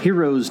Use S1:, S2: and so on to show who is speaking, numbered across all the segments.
S1: Heroes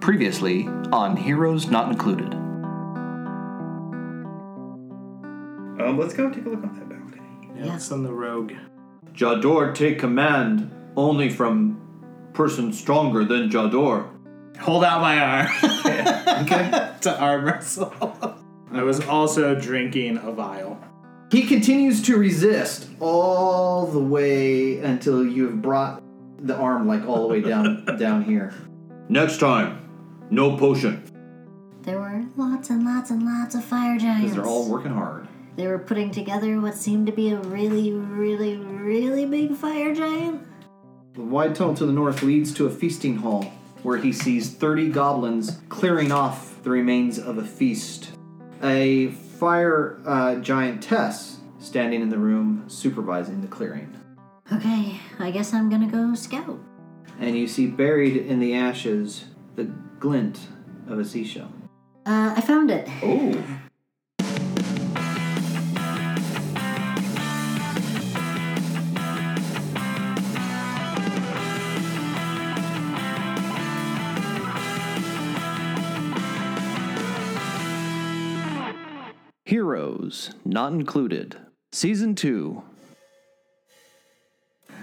S1: Previously on Heroes Not Included.
S2: Um, let's go take a look on that balcony.
S3: Yeah, let's send the rogue.
S4: Jador take command only from person stronger than Jador.
S3: Hold out my arm. to arm wrestle. I was also drinking a vial.
S5: He continues to resist all the way until you have brought the arm like all the way down down here.
S4: Next time, no potion.
S6: There were lots and lots and lots of fire giants.
S1: They're all working hard.
S6: They were putting together what seemed to be a really, really, really big fire giant.
S5: The wide tunnel to the north leads to a feasting hall where he sees 30 goblins clearing off the remains of a feast. A fire uh, giantess standing in the room supervising the clearing.
S6: Okay, I guess I'm gonna go scout.
S5: And you see buried in the ashes the glint of a seashell.
S6: Uh, I found it.
S2: Oh.
S1: Heroes Not Included, Season 2.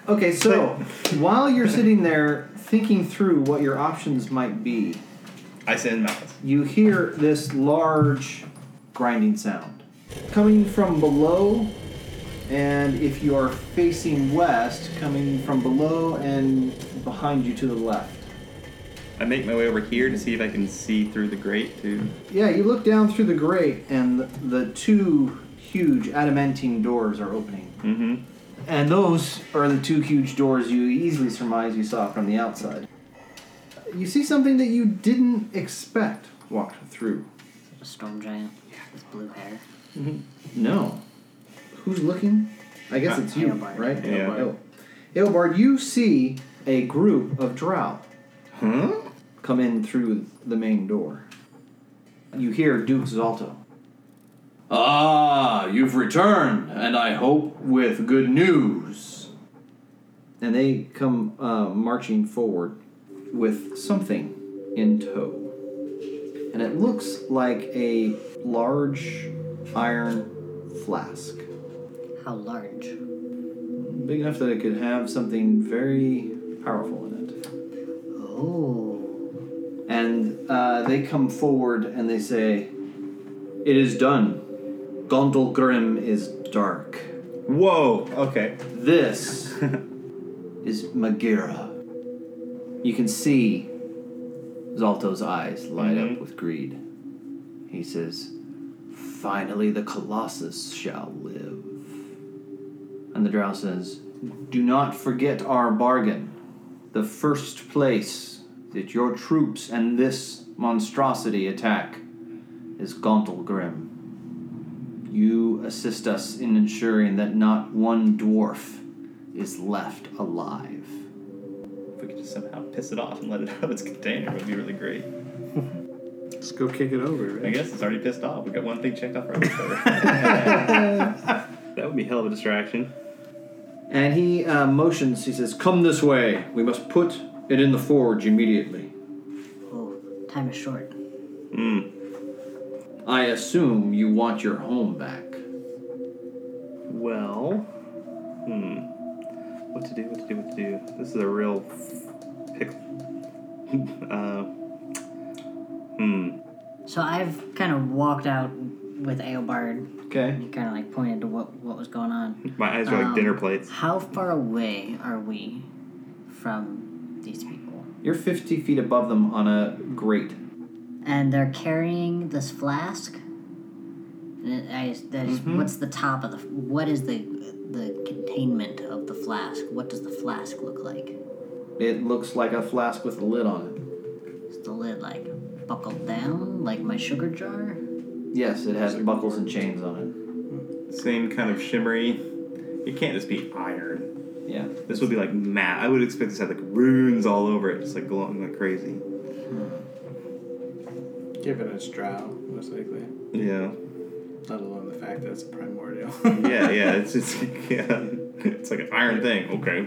S5: Okay, so while you're sitting there thinking through what your options might be,
S2: I send Malus.
S5: you hear this large grinding sound coming from below and if you are facing west coming from below and behind you to the left
S2: I make my way over here to see if I can see through the grate to.
S5: yeah you look down through the grate and the two huge adamantine doors are opening
S2: Mm-hmm.
S5: and those are the two huge doors you easily surmise you saw from the outside you see something that you didn't expect walk through
S6: A storm giant with blue hair.
S5: No. Who's looking? I guess it's you,
S6: Aelbard.
S5: right?
S2: Yeah.
S5: Ael- Aelbard, you see a group of drow
S2: Huh?
S5: come in through the main door. You hear Duke Zalto.
S4: Ah, you've returned, and I hope with good news.
S5: And they come uh, marching forward with something in tow. And it looks like a large iron flask.
S6: How large?
S5: Big enough that it could have something very powerful in it.
S6: Oh.
S5: And uh, they come forward and they say, It is done. Gondolgrim is dark.
S2: Whoa. Okay.
S5: This is Magira. You can see Zalto's eyes light up with greed. He says, Finally, the Colossus shall live. And the Drow says, Do not forget our bargain. The first place that your troops and this monstrosity attack is Gontal Grim. You assist us in ensuring that not one dwarf is left alive.
S2: If we could just somehow piss it off and let it out of its container, it would be really great.
S3: Let's go kick it over.
S2: I
S3: Right?
S2: guess it's already pissed off. We got one thing checked off our list already. that would be hell of a distraction.
S5: And he uh, motions, he says, Come this way. We must put it in the forge immediately.
S6: Oh, time is short.
S5: I assume you want your home back.
S2: Well, hmm. What to do? What to do? What to do? This is a real pick. uh, hmm.
S6: So I've kind of walked out with Aobard.
S5: Okay.
S6: He kind of like pointed to what, what was going on.
S2: My eyes are like
S6: Um,
S2: dinner plates.
S6: How far away are we from these people?
S5: You're 50 feet above them on a grate.
S6: And they're carrying this flask. And it- I, that is- What's the top of the? What is the the containment of the flask? What does the flask look like?
S5: It looks like a flask with a lid on
S6: Is the lid like buckled down like my sugar jar?
S5: it. Yes, it has buckles and chains on
S2: Same kind of shimmery. It can't just be iron.
S5: it. Yeah.
S2: This would be like matte. I would expect this to have like runes all over it, just like glowing like crazy.
S3: Give it its drow, most likely.
S2: Yeah.
S3: Let alone the fact that it's a primordial.
S2: Yeah, yeah. It's just like, yeah. It's like an iron thing. Okay.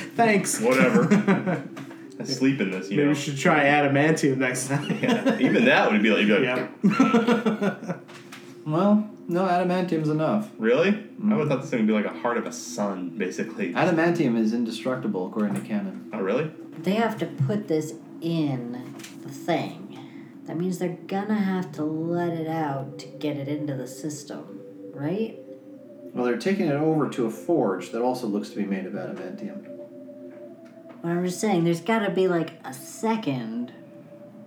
S3: Thanks.
S2: Whatever. I sleep in this, you
S3: Maybe
S2: know.
S3: we should try adamantium next time.
S2: Yeah. Even that would be like, you'd be like,
S3: Yeah.
S5: Well, no, adamantium's enough.
S2: really? I would have thought this thing would be like a heart of a sun, basically.
S5: Adamantium is indestructible according to canon.
S2: Oh, really?
S6: They have to put this in the thing. That means they're gonna have to let it out to get it into the system, right?
S5: Well, they're taking it over to a forge that also looks to be made of adamantium.
S6: But I'm just saying, there's gotta be like a second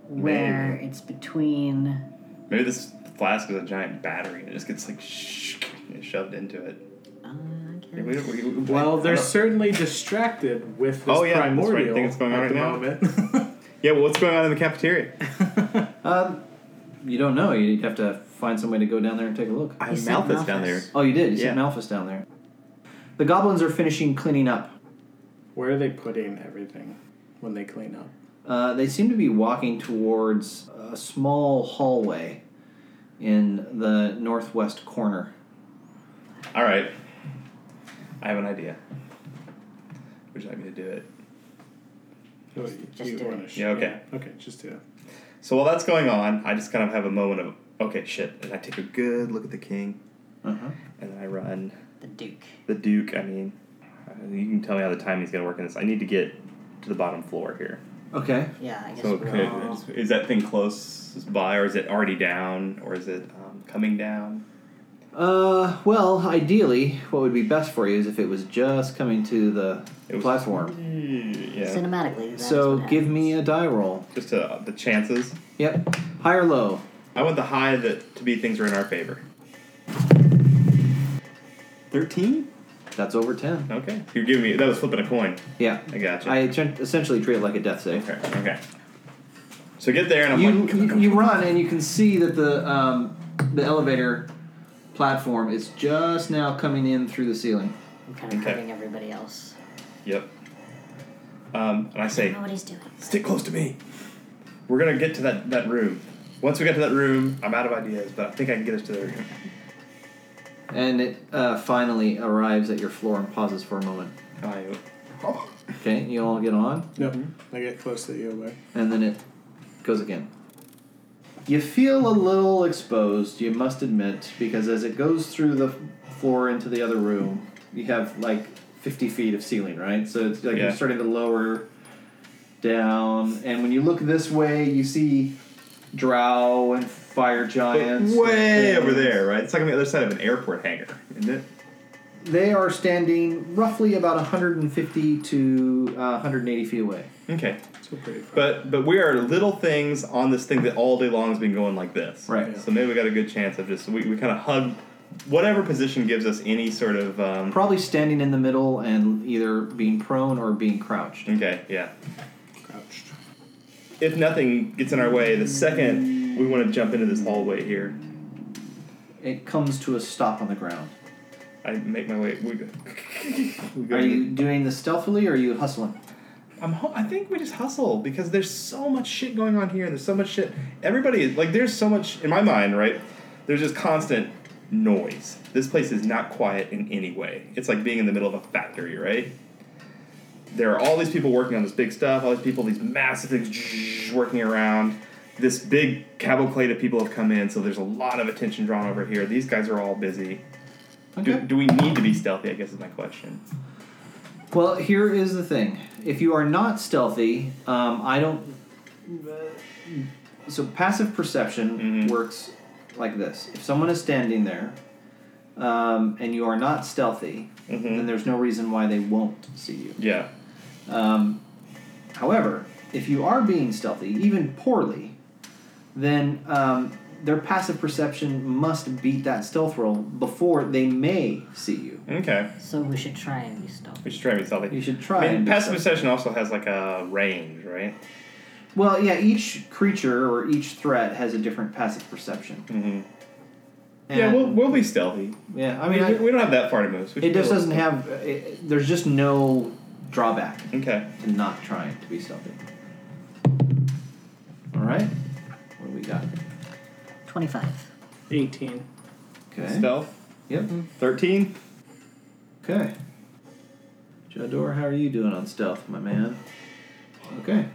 S6: where it's between.
S2: Maybe this flask is a giant battery and it just gets like sh- shoved into it.
S6: Uh, I guess.
S2: We- we- we-
S3: Well,
S2: I
S3: they're
S2: don't-
S3: certainly distracted with this
S2: Oh, yeah, that's right. I
S3: primordial
S2: think it's going on
S3: at the
S2: right
S3: moment.
S2: Yeah, well, what's going on in the cafeteria?
S5: Um, you don't know. You'd have to find some way to go down there and take a look.
S2: I
S6: You said
S2: mouth is down there.
S5: Oh, you did. You
S2: Yeah.
S5: sent Malphus down there. The goblins are finishing cleaning up.
S3: Where are they putting everything when they clean up?
S5: Uh, they seem to be walking towards a small hallway in the northwest corner.
S2: All right. I have an idea. Would you like me to do it?
S6: just do
S3: Oh, wanna
S6: it.
S3: sh-
S2: Yeah, okay.
S3: Okay, just do it.
S2: So while that's going on, I just kind of have a moment of, okay, shit. And I take a good look at the king,
S5: Uh-huh.
S2: and then I run.
S6: The Duke.
S2: The Duke, I mean, uh, you can tell me how the timing's going to work in this. I need to get to the bottom floor here.
S5: Okay.
S6: Yeah, I guess
S2: So
S6: we're
S2: could-
S6: all-
S2: is, is that thing close by, or is it already down, or is it um, coming down?
S5: Uh, well, ideally, what would be best for you is if it was just coming to the
S2: It was-
S5: platform.
S2: Yeah.
S6: Cinematically, that's
S5: so
S6: what
S5: give me a die roll.
S2: Just uh, the chances.
S5: Yep. High or low?
S2: I want the high that to be things are in our favor. Thirteen.
S5: That's over 10.
S2: Okay. You're giving me that was flipping a coin.
S5: Yeah.
S2: I gotcha.
S5: I essen- essentially treat it like a death save.
S2: okay. Okay. So get there and I'm
S5: You,
S2: like, come on,
S5: you,
S2: come on,
S5: you run and you can see that the um, the elevator platform is just now coming in through the ceiling.
S6: I'm kind of
S2: okay.
S6: hurting everybody else.
S2: Yep. Um, and I
S6: I
S2: say,
S6: don't know what he's doing.
S2: stick close to me. We're gonna get to that that room. Once we get to that room, I'm out of ideas, but I think I can get us to the room.
S5: And it uh, finally arrives at your floor and pauses for a moment.
S2: I, Oh,
S5: Okay, you all get on,
S3: No, I get close to the away.
S5: and then it goes again. You feel a little exposed, you must admit, because as it goes through the floor into the other room, you have like 50 feet of ceiling, right? So it's like
S2: Yeah.
S5: you're starting to lower down, and when you look this way, you see drow and fire giants. and
S2: way over
S5: things.
S2: there, right? It's like on the other side of an airport hangar, isn't it?
S5: They are standing roughly about 150 to uh, 180 feet away.
S2: Okay.
S3: So pretty far.
S2: But but we are little things on this thing that all day long has been going like this.
S5: Right.
S2: So maybe we got a good chance of just we, we kind of hug whatever position gives us any sort of um,
S5: Probably standing in the middle and either being prone or being crouched.
S2: okay yeah.
S3: Crouched.
S2: If nothing gets in our way, the second we want to jump into this hallway here,
S5: It comes to a stop on the ground.
S2: I make my way. We go. we go
S5: Are you doing this stealthily or are you hustling?
S2: I'm. ho- I think we just hustle because there's so much shit going on here. and There's so much shit. Everybody is like. There's so much in my mind, right? There's just constant noise. This place is not quiet in any way. It's like being in the middle of a factory, right? There are all these people working on this big stuff. All these people, these massive things working around. This big cavalcade of people have come in, so there's a lot of attention drawn over here. These guys are all busy. Do, do we need to be stealthy? I guess is my question.
S5: Well, here is the thing. If you are not stealthy, um, I don't. So passive perception works like this. If someone is standing there um, and you are not stealthy, then there's no reason why they won't see you.
S2: Yeah.
S5: Um, however, if you are being stealthy, even poorly, then um, their passive perception must beat that stealth roll before they may see you.
S2: Okay.
S6: So we should try and be stealthy.
S2: We should try and be stealthy.
S5: You should try.
S2: I mean,
S5: and be
S2: passive
S5: stealthy.
S2: perception also has like a range, right?
S5: Well, yeah, each creature or each threat has a different passive perception.
S2: Mm-hmm.
S5: And-
S2: yeah, we'll, we'll be stealthy.
S5: yeah, I
S2: I mean,
S5: mean, I,
S2: we, we don't have that far to move. so we
S5: it
S2: can
S5: just
S2: go-
S5: doesn't have. It, there's just no drawback
S2: Okay.
S5: to not trying to be stealthy. All right, what do we got?
S6: 25.
S3: 18.
S5: Okay.
S2: Stealth.
S5: Yep.
S2: Thirteen.
S5: Okay. Jador, how are you doing on stealth, my man? Okay.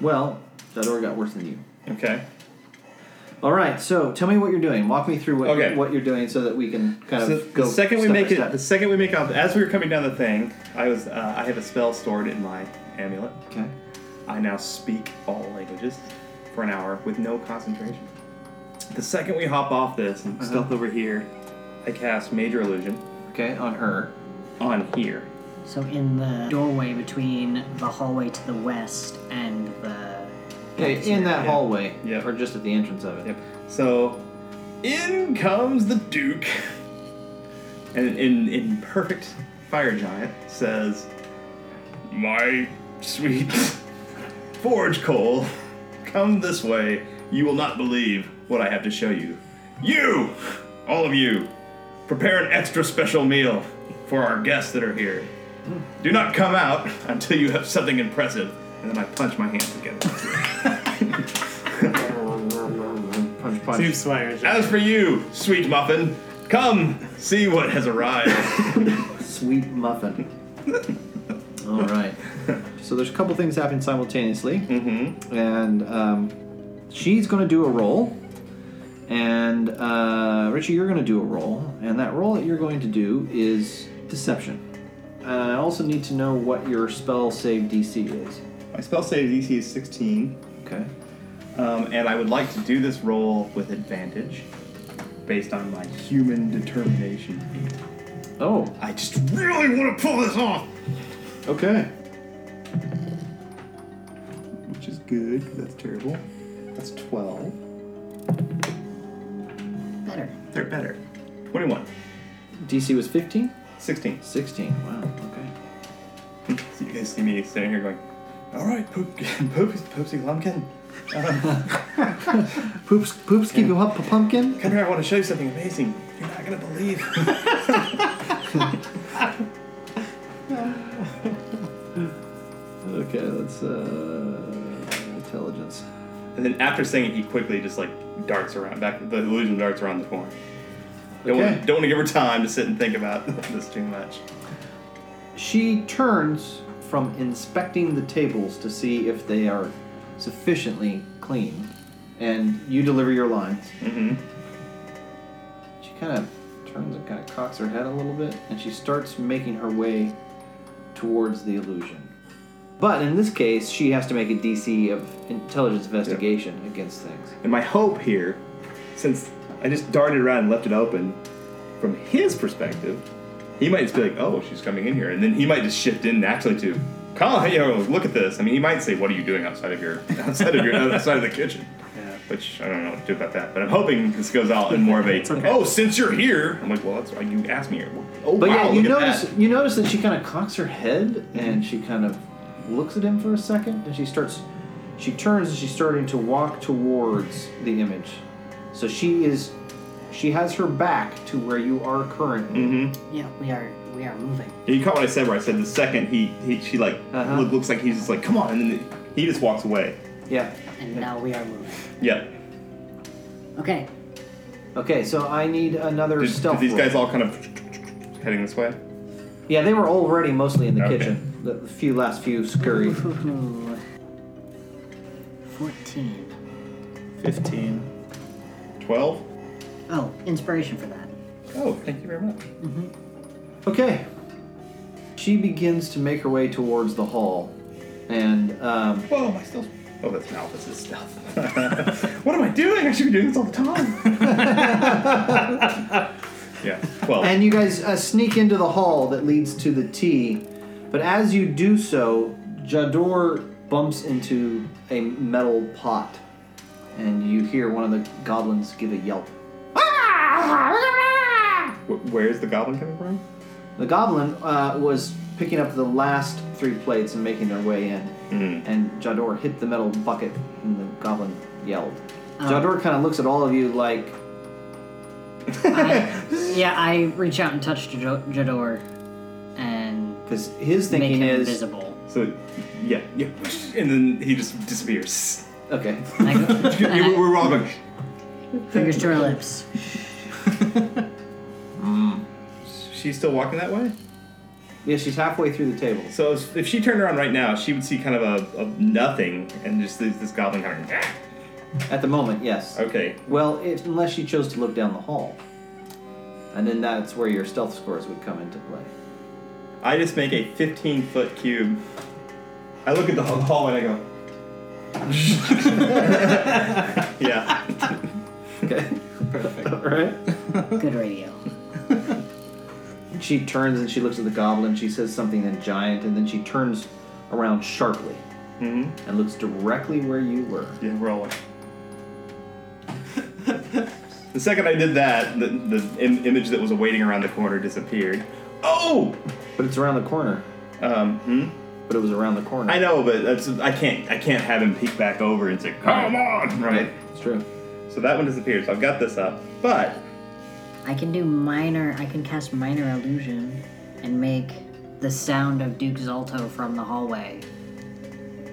S5: Well, Jador got worse than you.
S2: Okay.
S5: All right, so tell me what you're doing. Walk me through what,
S2: Okay.
S5: you're, what you're doing so that we can kind
S2: So
S5: of go.
S2: the second we
S5: step by
S2: make it,
S5: step.
S2: the second we make out, as we were coming down the thing, I was, uh, I have a spell stored in my amulet.
S5: Okay.
S2: I now speak all languages for an hour with no concentration. The second we hop off this and
S5: Uh-huh.
S2: stealth over here, I cast Major Illusion
S5: Okay, on her.
S2: on here.
S6: So in the doorway between the hallway to the west and the.
S5: Okay, in that
S2: Yeah.
S5: hallway.
S2: Yeah.
S5: Or just at the entrance of it.
S2: Yep. So in comes the Duke, and in in perfect fire giant says, "My sweet forge coal, come this way. You will not believe what I have to show you. You, all of you, prepare an extra special meal for our guests that are here." Do not come out until you have something impressive. And then I punch my hands together.
S5: Punch, punch.
S3: Two swears.
S2: As for you, sweet muffin, come see what has arrived.
S5: Sweet muffin. All right. So there's a couple things happening simultaneously, mm-hmm. and um, she's going to do a roll, and uh, Richie, you're going to do a roll, and that roll that you're going to do is deception. Uh, I also need to know what your spell save DC is.
S2: My spell save DC is 16,
S5: Okay.
S2: um, and I would like to do this roll with advantage based on my human determination.
S5: Oh.
S2: I just really want to pull this off!
S5: Okay.
S2: Which is good, 'cause that's terrible. That's 12.
S6: Better.
S2: They're better. 21.
S5: DC was 15.
S2: 16.
S5: 16. Wow. Okay.
S2: So you guys see me sitting here going, Alright, poop, poop, poopsie lumpkin.
S5: Poops. Poops. Keep you up, pumpkin.
S2: Come here, I want to show you something amazing. You're not going to believe.
S5: Okay. That's uh, intelligence.
S2: And then after saying it, he quickly just like darts around back. The illusion darts around the corner. Don't,
S5: Okay.
S2: want, don't want to give her time to sit and think about this too much.
S5: She turns from inspecting the tables to see if they are sufficiently clean, and you deliver your lines.
S2: Mm-hmm.
S5: She kind of turns and kind of cocks her head a little bit, and she starts making her way towards the illusion. But in this case, she has to make a DC of intelligence investigation against things.
S2: And my hope here, since I just darted around and left it open, from his perspective, he might just be like, "Oh, she's coming in here," and then he might just shift in naturally to, "Call, you know, look at this." I mean, he might say, "What are you doing outside of your outside of your outside of the kitchen?"
S3: Yeah.
S2: Which I don't know what to do about that, but I'm hoping this goes out in more of a, "Oh, since you're here," I'm like, "Well, that's why you asked me here." Oh,
S5: But
S2: wow,
S5: yeah, you
S2: look at
S5: notice
S2: that.
S5: you notice that she kind of cocks her head and she kind of looks at him for a second, and she starts, she turns and she's starting to walk towards the image. So she is, she has her back to where you are currently.
S2: Mm-hmm.
S6: Yeah, we are we are moving.
S2: Yeah, You caught what I said where I said the second he, he she like
S5: Uh-huh.
S2: look, looks like he's just like come on and then he just walks away.
S5: Yeah.
S6: And now we are moving.
S2: Yeah.
S6: Okay.
S5: Okay, so I need another
S2: Did,
S5: stealth.
S2: did these
S5: roll.
S2: guys all kind of heading this way?
S5: Yeah, they were already mostly in the
S2: Okay.
S5: kitchen. The, the few last few scurry.
S6: 14.
S3: 15.
S2: Twelve.
S6: Oh, inspiration for that.
S2: Oh, thank you very much.
S5: Okay. She begins to make her way towards the hall, and um,
S2: Whoa, my stealth. Oh, that's Malphus' stealth. what am I doing? I should be doing this all the time. yeah. Twelve.
S5: And you guys uh, sneak into the hall that leads to the T, but as you do so, Jador bumps into a metal pot and you hear one of the goblins give a yelp.
S2: Wh- where's the goblin coming from?
S5: The goblin uh, was picking up the last three plates and making their way in, and Jador hit the metal bucket, and the goblin yelled.
S7: Uh,
S5: Jador kind of looks at all of you like,
S7: I, yeah, I reach out and touch Jado- Jador and
S5: because his
S7: make
S5: thinking
S7: him
S5: is,
S7: invisible.
S2: So, yeah, yeah, and then he just disappears.
S5: okay,
S7: And I go,
S2: Yeah,
S7: and I-
S2: we're all going.
S7: fingers to her lips.
S2: She's still walking that way.
S5: yeah, she's halfway through the table.
S2: So if if she turned around right now, she would see kind of a, a nothing and just this, this goblin kind of. "Ah!"
S5: At the moment, yes.
S2: Okay.
S5: Well, if, unless she chose to look down the hall, and then that's where your stealth scores would come into play.
S2: I just make a 15 foot cube. I look at the hall- hall and I go. yeah.
S5: Okay,
S3: Perfect.
S5: all right.
S7: Good radio.
S5: She turns and she looks at the goblin. She says something in giant, and then she turns around sharply
S2: Mm-hmm.
S5: and looks directly where you were.
S2: Yeah, we're all like. the second I did that, the, the Im- image that was waiting around the corner disappeared. Oh!
S5: But it's around the corner.
S2: Um, hmm?
S5: But it was around the corner.
S2: I know, but that's I can't I can't have him peek back over and say, "Come on!" Right.
S5: It's true.
S2: So that one disappears. I've got this up, but
S7: I can do minor. I can cast minor illusion and make the sound of Duke Zalto from the hallway.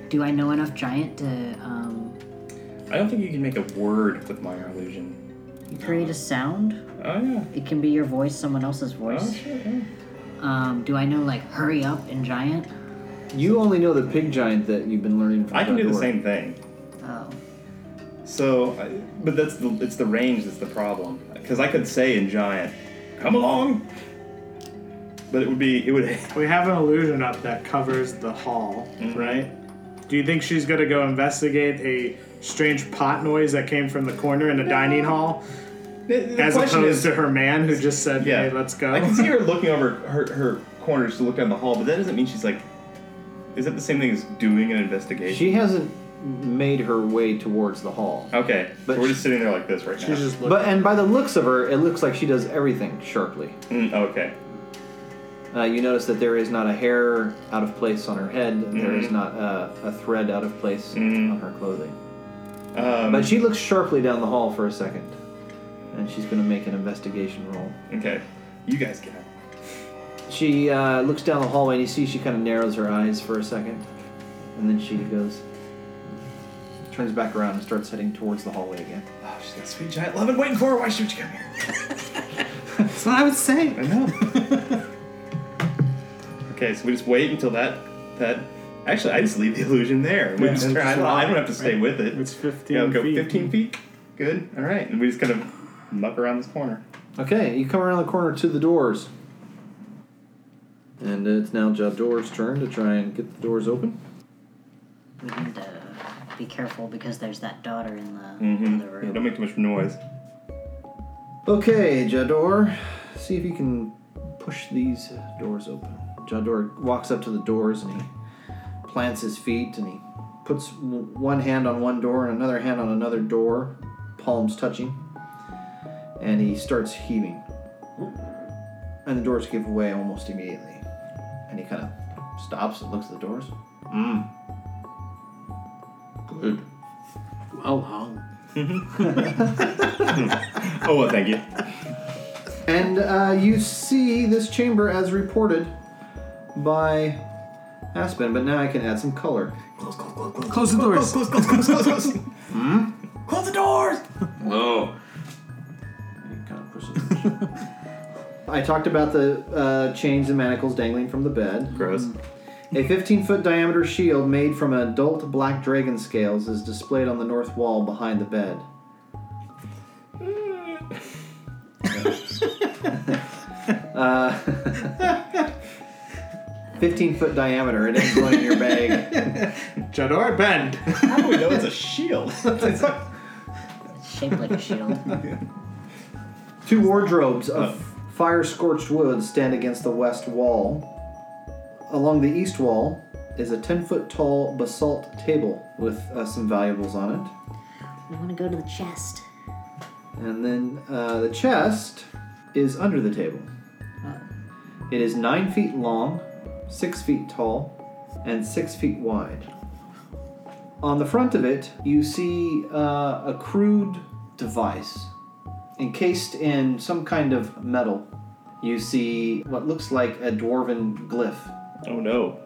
S7: Do I know enough giant to um,
S2: I don't think you can make a word with minor illusion.
S7: create a sound?
S2: Oh yeah.
S7: It can be your voice, someone else's
S2: Oh
S7: voice.
S2: shit. Yeah.
S7: Um, do I know like hurry up in giant?
S5: You only know the pig giant that you've been learning from.
S2: I can do the
S5: Gondor.
S2: same thing.
S7: Oh,
S2: So, I, but that's the it's the range that's the problem because I could say in giant, "Come along," but it would be it would
S3: We have an illusion up that covers the hall, right? Do you think she's gonna go investigate a strange pot noise that came from the corner in the dining hall, as opposed to her man who just said,
S2: yeah,
S3: "Hey, let's go"?
S2: I can see her looking over her her corners to look down the hall, but that doesn't mean she's like. Is that the same thing as doing an investigation?
S5: She hasn't made her way towards the hall.
S2: Okay,
S5: But
S2: so we're
S5: she-
S2: just sitting there like this right now.
S3: She's just looking.
S5: But and by the looks of her, it looks like she does everything sharply.
S2: Mm, okay.
S5: Uh, you notice that there is not a hair out of place on her head. There is
S2: Mhm.
S5: not uh, a thread out of place
S2: Mhm.
S5: on her clothing.
S2: Um,
S5: But she looks sharply down the hall for a second, and she's going to make an investigation roll.
S2: okay, you guys get out.
S5: She uh, looks down the hallway, and you see she kind of narrows her eyes for a second, and then she goes, turns back around and starts heading towards the hallway again.
S2: Oh, she's got sweet giant love and waiting for her. Why should she come here?
S3: That's what I would say.
S2: I know. okay, so we just wait until that that. Actually, I just leave the illusion there. We
S3: Yeah,
S2: just
S3: and
S2: try- I, don't, I
S3: slide.
S2: don't have to stay
S3: Right.
S2: with it.
S3: It's 15
S2: yeah, we'll go
S3: feet.
S2: 15 feet. Good. All right, and we just kind of muck around this corner.
S5: Okay, you come around the corner to the doors. And it's now Jador's turn to try and get the doors open.
S7: we need to be careful because there's that daughter in the
S2: Mhm.
S7: other
S2: Yeah,
S7: room.
S2: don't make too much noise.
S5: Okay, Jador, see if you can push these uh, doors open. Jador walks up to the doors and he plants his feet and he puts w- one hand on one door and another hand on another door, palms touching, and he starts heaving. And the doors give way almost immediately. And he kind of stops and looks at the doors.
S4: Good.
S3: Well hung.
S2: Oh well, thank you.
S5: And uh, you see this chamber as reported by Aspen, but now I can add some color.
S3: Close Hmm? the doors.
S4: Whoa.
S5: I talked about the uh, chains and manacles dangling from the bed.
S2: Gross.
S5: A 15 foot diameter shield made from adult black dragon scales is displayed on the north wall behind the bed. uh, 15 foot diameter, it ain't going in your bag.
S3: Jador, bend.
S2: How do we know it's a shield?
S7: It's shaped like a shield.
S5: Two wardrobes of fire scorched wood stand against the west wall. Along the east wall is a 10 foot tall basalt table with uh, some valuables on it.
S6: I want to go to the chest.
S5: And then uh, the chest is under the table.
S6: Oh.
S5: It is nine feet long, six feet tall, and six feet wide. On the front of it, you see uh, a crude device encased in some kind of metal. You see what looks like a dwarven glyph
S2: Oh no.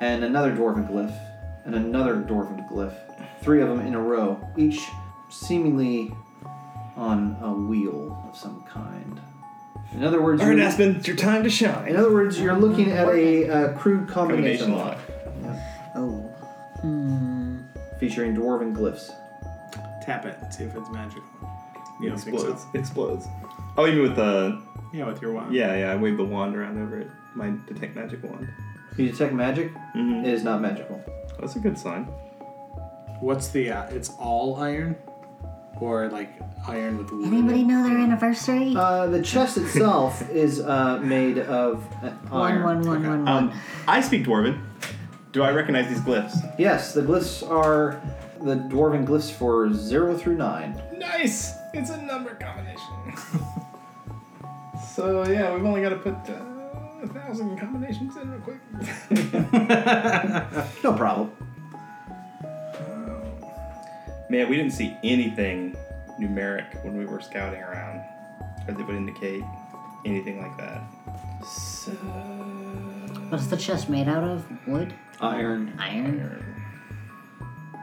S5: and another dwarven glyph, and another dwarven glyph. Three of them in a row, each seemingly on a wheel of some kind. In other words,
S2: All right,
S5: you're,
S2: Aspen, it's your time to
S5: in
S2: shine.
S5: other words, you're looking at a uh, crude combination
S2: Combination
S5: lock
S2: lock.
S7: Oh. Hmm.
S5: featuring dwarven glyphs.
S3: Tap it and see if it's magical. You
S2: It
S3: don't think so?
S2: explodes. It explodes. Oh, you mean with the
S3: Yeah, with your wand.
S2: yeah, yeah? I waved the wand around over it. My detect magic wand.
S5: You detect magic?
S2: Mhm.
S5: It is not magical.
S2: That's a good sign.
S3: What's the? Uh, it's all iron, or like iron with wood. in
S7: Anybody
S3: it?
S7: know their anniversary?
S5: Uh, the chest itself is uh, made of uh,
S7: One,
S5: iron.
S7: one, one, one, one.
S2: Um, I speak Dwarven. Do I recognize these glyphs?
S5: Yes, the glyphs are the dwarven glyphs for zero through nine.
S2: Nice! It's a number combination. so yeah, we've only got to put uh, a thousand combinations in real quick.
S5: No problem.
S2: Man, we didn't see anything numeric when we were scouting around, or that would indicate anything like that. So
S7: What's the chest made out of? Wood?
S5: Iron.
S7: Iron?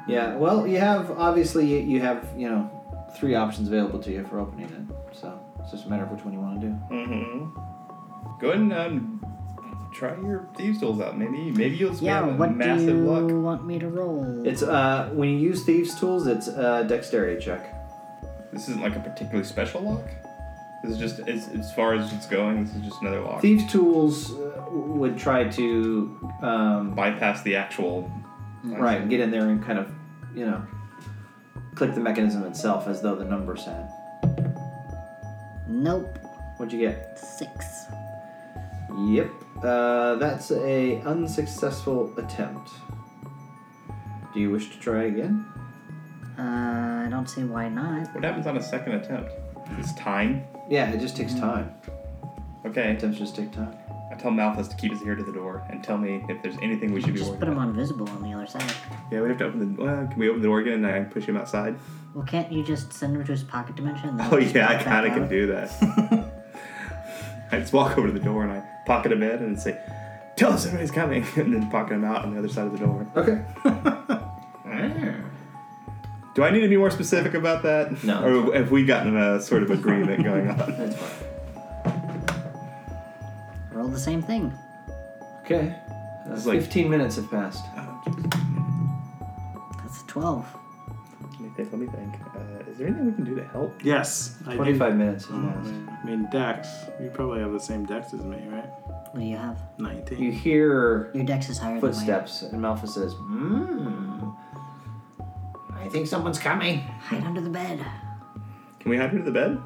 S5: Yeah. Well, you have obviously you- you have you know three options available to you for opening it. So it's just a matter of which one you want to do.
S2: Mm-hmm. Go ahead and um, try your thieves tools out. Maybe maybe you'll
S7: Yeah,
S2: spend
S7: what do
S2: massive
S7: you
S2: luck.
S7: want me to roll?
S5: It's uh when you use thieves tools, it's uh, dexterity check.
S2: This isn't like a particularly special lock. This is just as, as far as it's going. This is just another lock.
S5: Thieves tools uh, would try to um,
S2: Bypass the actual.
S5: right get in there and kind of you know click the mechanism itself as though the number said.
S7: Nope.
S5: What'd you get?
S7: Six.
S5: Yep. Uh, that's a unsuccessful attempt. Do you wish to try again?
S7: Uh, I don't see why not.
S2: What happens on a second attempt? It's time.
S5: Yeah, it just takes time.
S2: Okay.
S5: Attempts just take time.
S2: I tell Malthus to keep his ear to the door and tell me if there's anything we should be
S7: Just
S2: worried
S7: put him
S2: about.
S7: on visible on the other side.
S2: Yeah, we have to open the. Well, can we open the door again and I push him outside?
S7: Well, can't you just send him to his pocket dimension? and then
S2: Oh
S7: just
S2: yeah, I
S7: walk back
S2: kind of can
S6: Uh-huh.
S7: out?
S2: do that. I just walk over to the door and I pocket him in and say, "Tell us everybody's coming," and then pocket him out on the other side of the door.
S5: Okay.
S2: Do I need to be more specific about that?
S5: No.
S2: Or have we gotten a sort of agreement going on?
S5: That's fine.
S7: Roll the same thing.
S5: Okay. Uh,
S2: It's like-
S5: 15 minutes have passed.
S7: That's a 12.
S2: Let me think. Let me think. Uh, is there anything we can do to help?
S3: Yes. I do.
S5: 25 minutes has
S3: Oh,
S5: passed.
S3: man. I mean, Dex. You probably have the same Dex as me, right?
S7: What do you have?
S5: You
S3: Nineteen.
S5: hear
S7: Your dex is higher
S5: footsteps, and Malfa says, Mmm. I think someone's
S7: than
S5: coming.
S7: mine. Hide under the bed.
S2: Can we hide under the bed?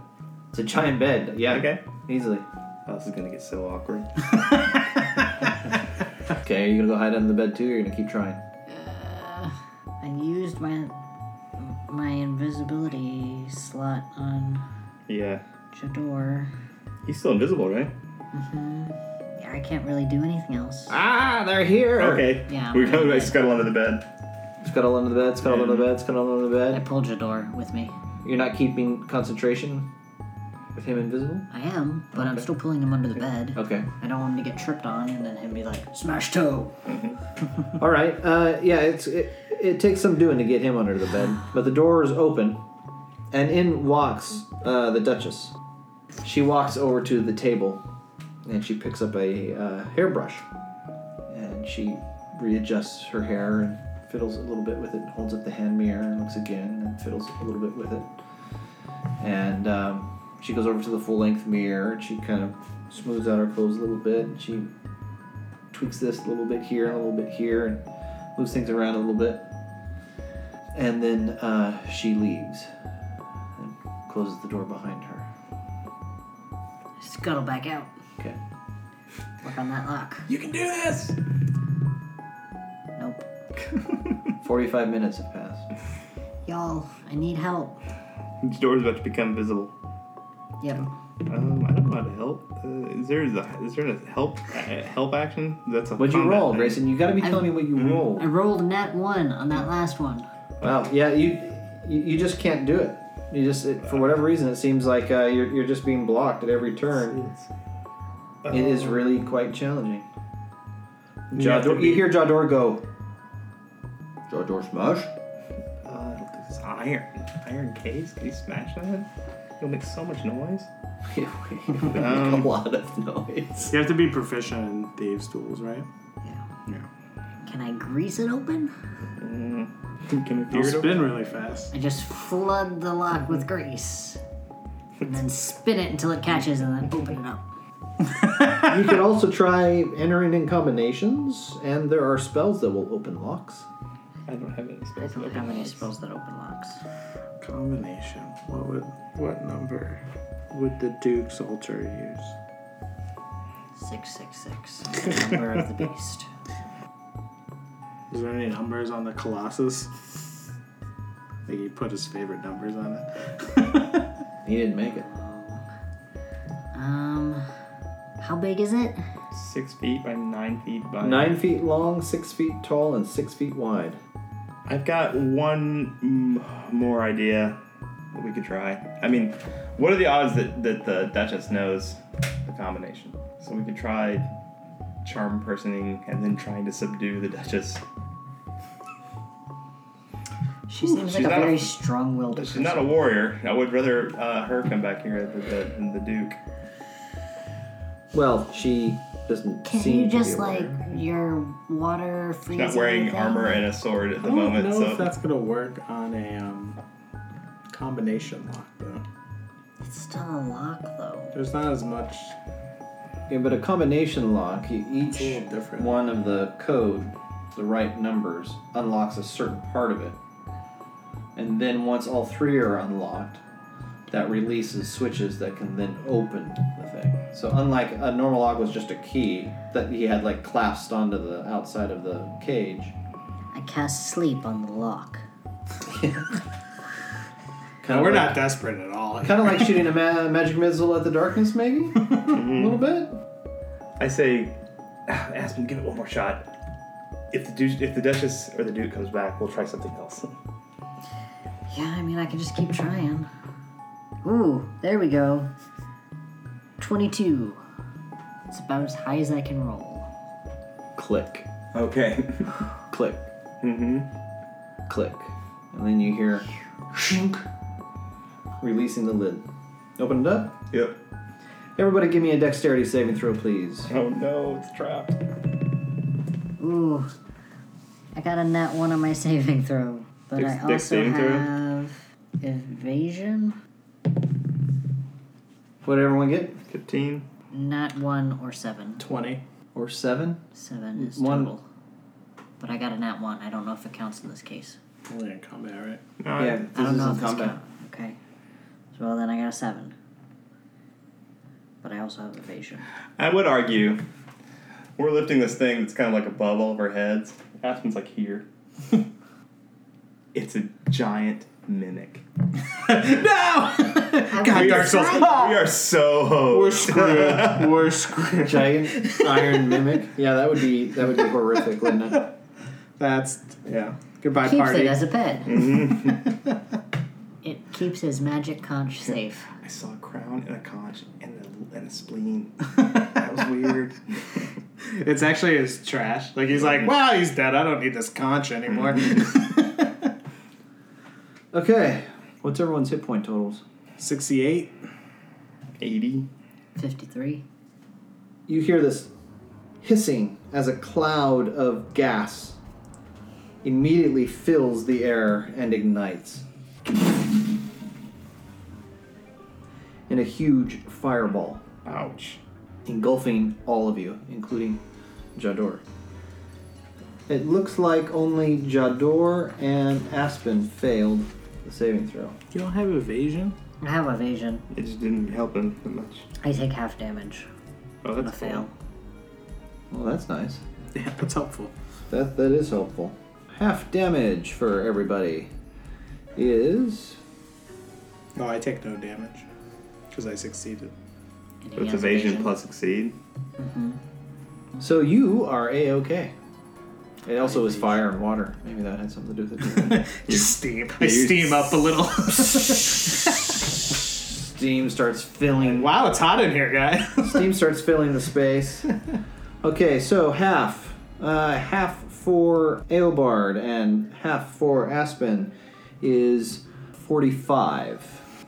S5: It's a giant bed. Yeah.
S2: Okay.
S5: Easily.
S2: Oh, this is gonna get so awkward.
S5: Okay, are you gonna go hide under the bed too, or you're gonna keep trying?
S7: I used my my invisibility slot on
S2: yeah.
S7: Jador.
S2: He's still invisible, right?
S7: Yeah, I can't really do anything else.
S5: Ah, they're here!
S2: Okay.
S7: Yeah,
S2: We
S7: I'm
S2: go.
S7: under
S2: I
S7: the
S2: scuttle under the bed.
S5: Scuttle under the bed, scuttle under the bed, scuttle under the
S7: I
S5: bed.
S7: pulled Jador with me.
S5: You're not keeping concentration with him invisible?
S7: I am, but I'm still pulling him under the bed.
S5: Okay.
S7: I don't want him to get tripped on and then him be like, smash toe.
S5: All right. Uh, yeah, it's it, it takes some doing to get him under the bed, but the door is open, and in walks uh, the Duchess. She walks over to the table, and she picks up a uh, hairbrush, and she readjusts her hair and fiddles a little bit with it, and holds up the hand mirror and looks again, and fiddles a little bit with it, and um, she goes over to the full length mirror and she kind of smooths out her clothes a little bit, and she tweaks this a little bit here and a little bit here and moves things around a little bit. And then uh, she leaves and closes the door behind her.
S7: Scuttle back out.
S5: Okay.
S7: Work on that lock.
S2: You can do this.
S7: Nope.
S5: 45 minutes have passed.
S6: Y'all, I need help.
S2: The door's about to become visible.
S6: Yep.
S2: Um, I don't know how to help. Uh, is there is, a, is there a help uh, help action? That's a.
S5: What'd you
S2: combat
S5: roll,
S2: thing. Mm-hmm.
S5: Grayson? You gotta be telling me what you
S6: I
S5: rolled.
S6: rolled a nat one on that last one.
S5: Wow. Yeah, you, you you just can't do it. You just it, for whatever reason it seems like uh, you're you're just being blocked at every turn.
S2: Uh,
S5: It is really quite challenging.
S3: You have to
S5: Jador,
S3: be-
S5: you hear Jador go. Jador smash.
S2: Uh, this is iron iron case. Can you smash that? It'll make so much noise.
S5: a lot of noise.
S3: You have to be proficient in thieves' tools, right?
S6: Can I grease it open?
S2: Can it
S3: You'll
S2: beard
S3: spin really fast.
S6: I just flood the lock with grease. And then spin it until it catches and then open it up.
S5: you could also try entering in combinations, and there are spells that will open locks.
S2: I don't have any
S6: I
S2: spells.
S6: don't have any spells that open locks.
S3: Combination. What would what number would the Duke's altar use?
S6: 666. the Number of the beast.
S3: Is there any numbers on the Colossus? I think he put his favorite numbers on it.
S5: He didn't make it.
S6: Um, how big is it?
S2: Six feet by nine feet by
S5: Nine feet long, six feet tall, and six feet wide.
S2: I've got one mm, more idea that we could try. I mean, what are the odds that, that the Duchess knows the combination? So we could try charm personing and then trying to subdue the Duchess.
S6: She seems
S2: she's
S6: like
S2: not
S6: a
S2: a-
S6: very strong-willed
S2: She's
S6: person.
S2: not a warrior. I would rather uh, her come back here than the, than the Duke.
S5: Well, she doesn't
S6: Can
S5: seem
S6: you
S5: to be
S6: just
S5: aware.
S6: like your water freeze?
S2: She's not wearing armor and a sword at
S3: I
S2: the
S3: don't
S2: moment,
S3: know if
S2: so
S3: that's gonna work on a um, combination lock though.
S6: It's still a lock though.
S3: There's not as much.
S5: Yeah, but a combination lock, e-
S3: It's a
S5: each
S3: little different.
S5: one of the code, the right numbers, unlocks a certain part of it. And then once all three are unlocked, that releases switches that can then open the thing. So unlike a normal lock was just a key that he had like clasped onto the outside of the cage.
S6: I cast sleep on the lock.
S5: Kind
S3: No, we're not desperate at all.
S5: Kind of like shooting a ma- magic missile at the darkness, maybe a little bit.
S2: I say, "Ah, Aspen, give it one more shot. If the Duke, if the Duchess or the Duke comes back, we'll try something else.
S6: Yeah, I mean I can just keep trying. Ooh, there we go. Twenty-two. It's about as high as I can roll.
S5: Click,
S2: Okay.
S5: click,
S2: mm-hmm.
S5: click, and then you hear shink, releasing the lid. Open it up.
S2: Yep.
S5: Everybody, give me a dexterity saving throw, please.
S2: Oh no, it's trapped.
S6: Ooh. I got a nat one on my saving throw. But
S2: Dex-
S6: I
S2: dex
S6: also
S2: saving throw?
S6: have evasion.
S5: What did everyone get?
S2: 15.
S6: Not one or seven.
S3: Twenty.
S5: Or seven?
S6: Seven is
S5: One.
S6: total. But I got a nat one. I don't know if it counts in this case.
S3: Only in combat, right?
S2: No,
S5: yeah,
S6: I
S5: this
S6: don't know
S5: isn't
S6: if this
S5: combat.
S6: count. Okay. So, well, then I got a seven. But I also have evasion.
S2: I would argue we're lifting this thing that's kind of like above all of our heads. Aspen's like here. it's a giant mimic.
S6: I
S3: God,
S6: was
S3: Dark Souls.
S6: excited.
S2: We are so
S3: We're
S2: hosed.
S3: screwed. We're screwed.
S5: Giant iron mimic. Yeah, that would be that would be horrific, wouldn't it?
S3: That's yeah. Goodbye
S6: Keeps
S3: party.
S6: it as a pet. it keeps his magic conch safe.
S2: I saw a crown and a conch and a, and a spleen. That was weird.
S3: It's actually his trash. Like he's like, wow, he's dead. I don't need this conch anymore.
S5: Okay. What's everyone's hit point totals?
S3: Sixty-eight.
S2: 80.
S6: 53.
S5: you hear this hissing as a cloud of gas immediately fills the air and ignites in a huge fireball,
S2: Ouch.
S5: engulfing all of you, including Jador. It looks like only Jador and Aspen failed the saving throw.
S3: You don't have evasion.
S6: I have evasion.
S2: It just didn't help him that much.
S6: I take half damage.
S2: Oh,
S6: I
S2: that's cool.
S6: fail.
S5: Well, that's nice.
S3: Yeah, that's helpful.
S5: That that is helpful. Half damage for everybody. is
S3: Oh, I take no damage because I succeeded.
S7: And he
S2: So it's
S7: has
S2: evasion plus succeed.
S6: Mm-hmm.
S5: so you are a okay. It also is fire and water. Maybe that had something to do with it.
S3: Just steam. I
S2: you-
S3: steam up a little.
S5: Steam starts filling.
S3: wow, it's hot in here, guys.
S5: Steam starts filling the space. Okay, so half, uh, half for Aobard and half for Aspen is forty-five.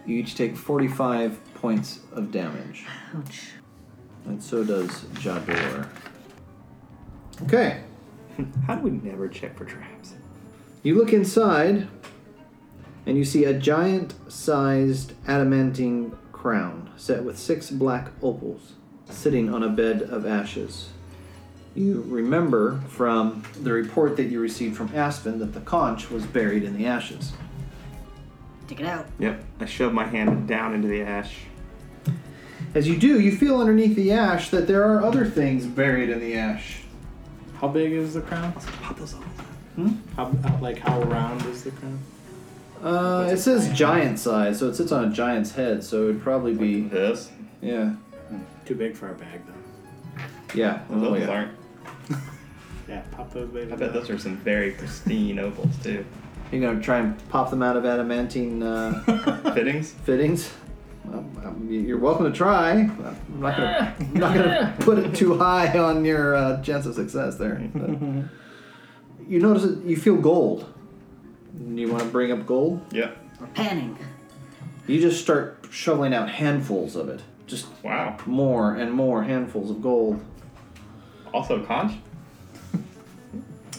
S5: You each take forty-five points of damage.
S7: Ouch.
S5: And so does Jador. Okay.
S2: How do we never check for traps?
S5: You look inside, and you see a giant sized adamantine crown set with six black opals sitting on a bed of ashes. You remember from the report that you received from Aspen that the conch was buried in the ashes.
S7: Take it out.
S2: Yep. I shove my hand down into the ash.
S5: As you do, you feel underneath the ash that there are other things buried in the ash.
S3: How big is the crown?
S5: Hmm?
S3: How, how- like how round is the crown?
S5: Uh, it says giant size, so it sits on a giant's head, so it would probably be.
S2: This?
S5: Yeah.
S3: Too big for our bag though.
S5: Yeah.
S2: Those
S5: Oh,
S2: opals
S5: yeah.
S2: aren't.
S3: Yeah, pop those babies.
S2: I bet
S3: out.
S2: those are some very pristine opals too.
S5: You're gonna try and pop them out of adamantine uh,
S2: Fittings?
S5: fittings. Well, um, y- you're welcome to try. I'm not gonna, I'm not gonna put it too high on your uh, chance of success there. but- you notice that you feel gold. You want to bring up gold?
S2: Yep.
S7: We're panning.
S5: You just start shoveling out handfuls of it. Just
S2: Wow.
S5: more and more handfuls of gold.
S2: Also conch?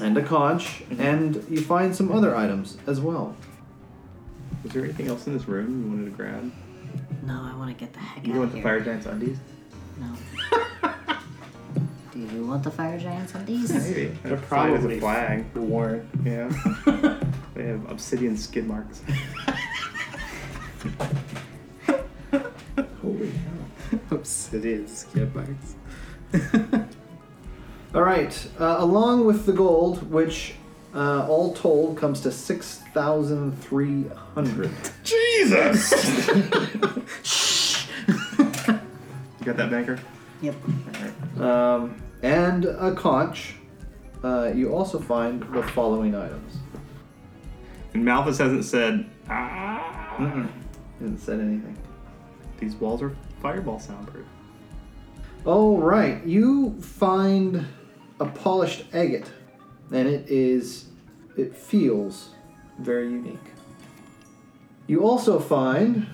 S5: And a conch, and you find some other items as well.
S2: Was there anything else in this room you wanted to grab?
S7: No, I want to get the heck
S2: You
S7: out
S2: want
S7: of
S2: the
S7: here.
S2: fire giant's undies?
S7: No. Do you want the fire giants on these?
S2: Maybe.
S3: They're
S2: Flag is
S3: probably
S2: a flag.
S3: worn.
S2: Yeah. they have obsidian skid marks.
S3: Holy hell. Obsidian skid marks.
S5: All right, uh, along with the gold, which uh, all told comes to 6,300.
S2: Jesus! you got that banker?
S7: yep.
S5: um, and a conch, uh, you also find the following items.
S2: And Malthus hasn't said, ah.
S5: Didn't said anything.
S2: These walls are fireball soundproof.
S5: All right, you find a polished agate, and it is, it feels very unique. You also find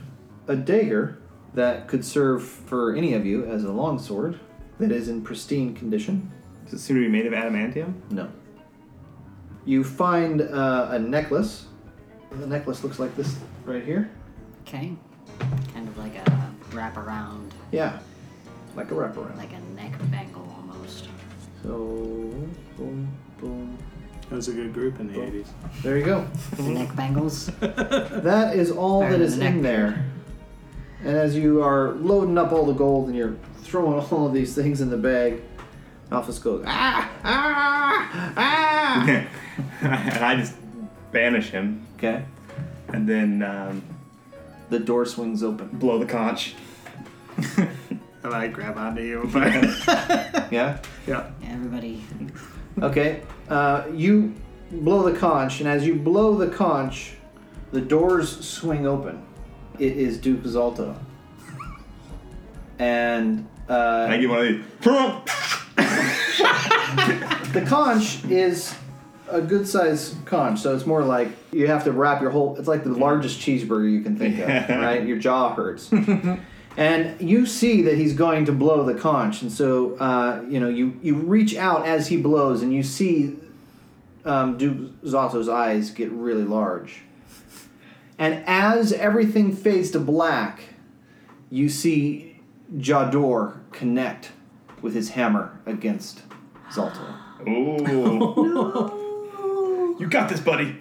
S5: a dagger that could serve for any of you as a longsword that is in pristine condition.
S2: Does it seem to be made of adamantium?
S5: No. You find uh, a necklace. The necklace looks like this right here.
S7: Okay. Kind of like a wrap around,
S5: Yeah, like a wraparound.
S7: like a neck bangle almost.
S5: So, boom, boom.
S3: That was a good group in the 80s.
S5: There you go.
S7: The
S2: Mm-hmm.
S7: neck bangles.
S5: That is all
S7: Better
S5: that
S7: than
S5: is
S7: the
S5: in
S7: neck.
S5: there. And as you are loading up all the gold and you're throwing all of these things in the bag, Alphys goes, ah, ah, ah.
S2: and I just banish him
S5: Okay.
S2: and then um,
S5: The door swings open.
S2: blow the conch.
S3: And I grab onto you. But
S5: Yeah?
S3: yeah.
S7: Everybody.
S5: Okay. Uh, you blow the conch, and as you blow the conch, the doors swing open. It is Duke Zalto. And
S2: I
S5: uh,
S2: get one of these.
S5: the conch is a good sized conch, so it's more like you have to wrap your whole. It's like the largest cheeseburger you can think of,
S2: Yeah.
S5: right? Your jaw hurts. And you see that he's going to blow the conch, and so uh, you know you you reach out as he blows, and you see um, Duke Zotto's eyes get really large. And as everything fades to black, you see Jador connect with his hammer against Zalto.
S2: Ooh. You got this, buddy.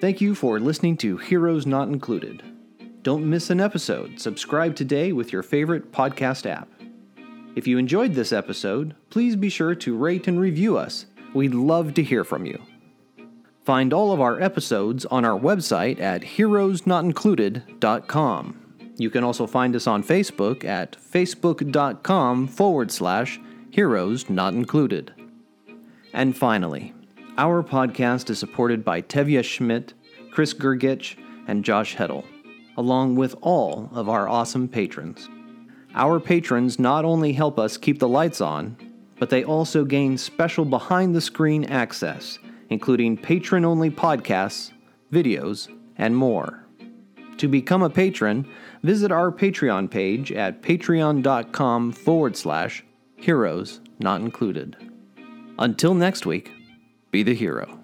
S1: Thank you for listening to Heroes Not Included.
S5: Don't miss an episode. Subscribe today with your favorite podcast app. If you enjoyed this episode, please be sure to rate and review us. We'd love to hear from you. Find all of our episodes on our website at heroesnotincluded.com. You can also find us on Facebook at facebook.com forward slash heroes not included. And finally, our podcast is supported by Tevya Schmidt, Chris Gergich, and Josh Heddle, along with all of our awesome patrons. Our patrons not only help us keep the lights on, but they also gain special behind the screen access, including patron only podcasts, videos, and more. To become a patron, visit our Patreon page at patreon.com forward slash heroes not included. Until next week, be the hero.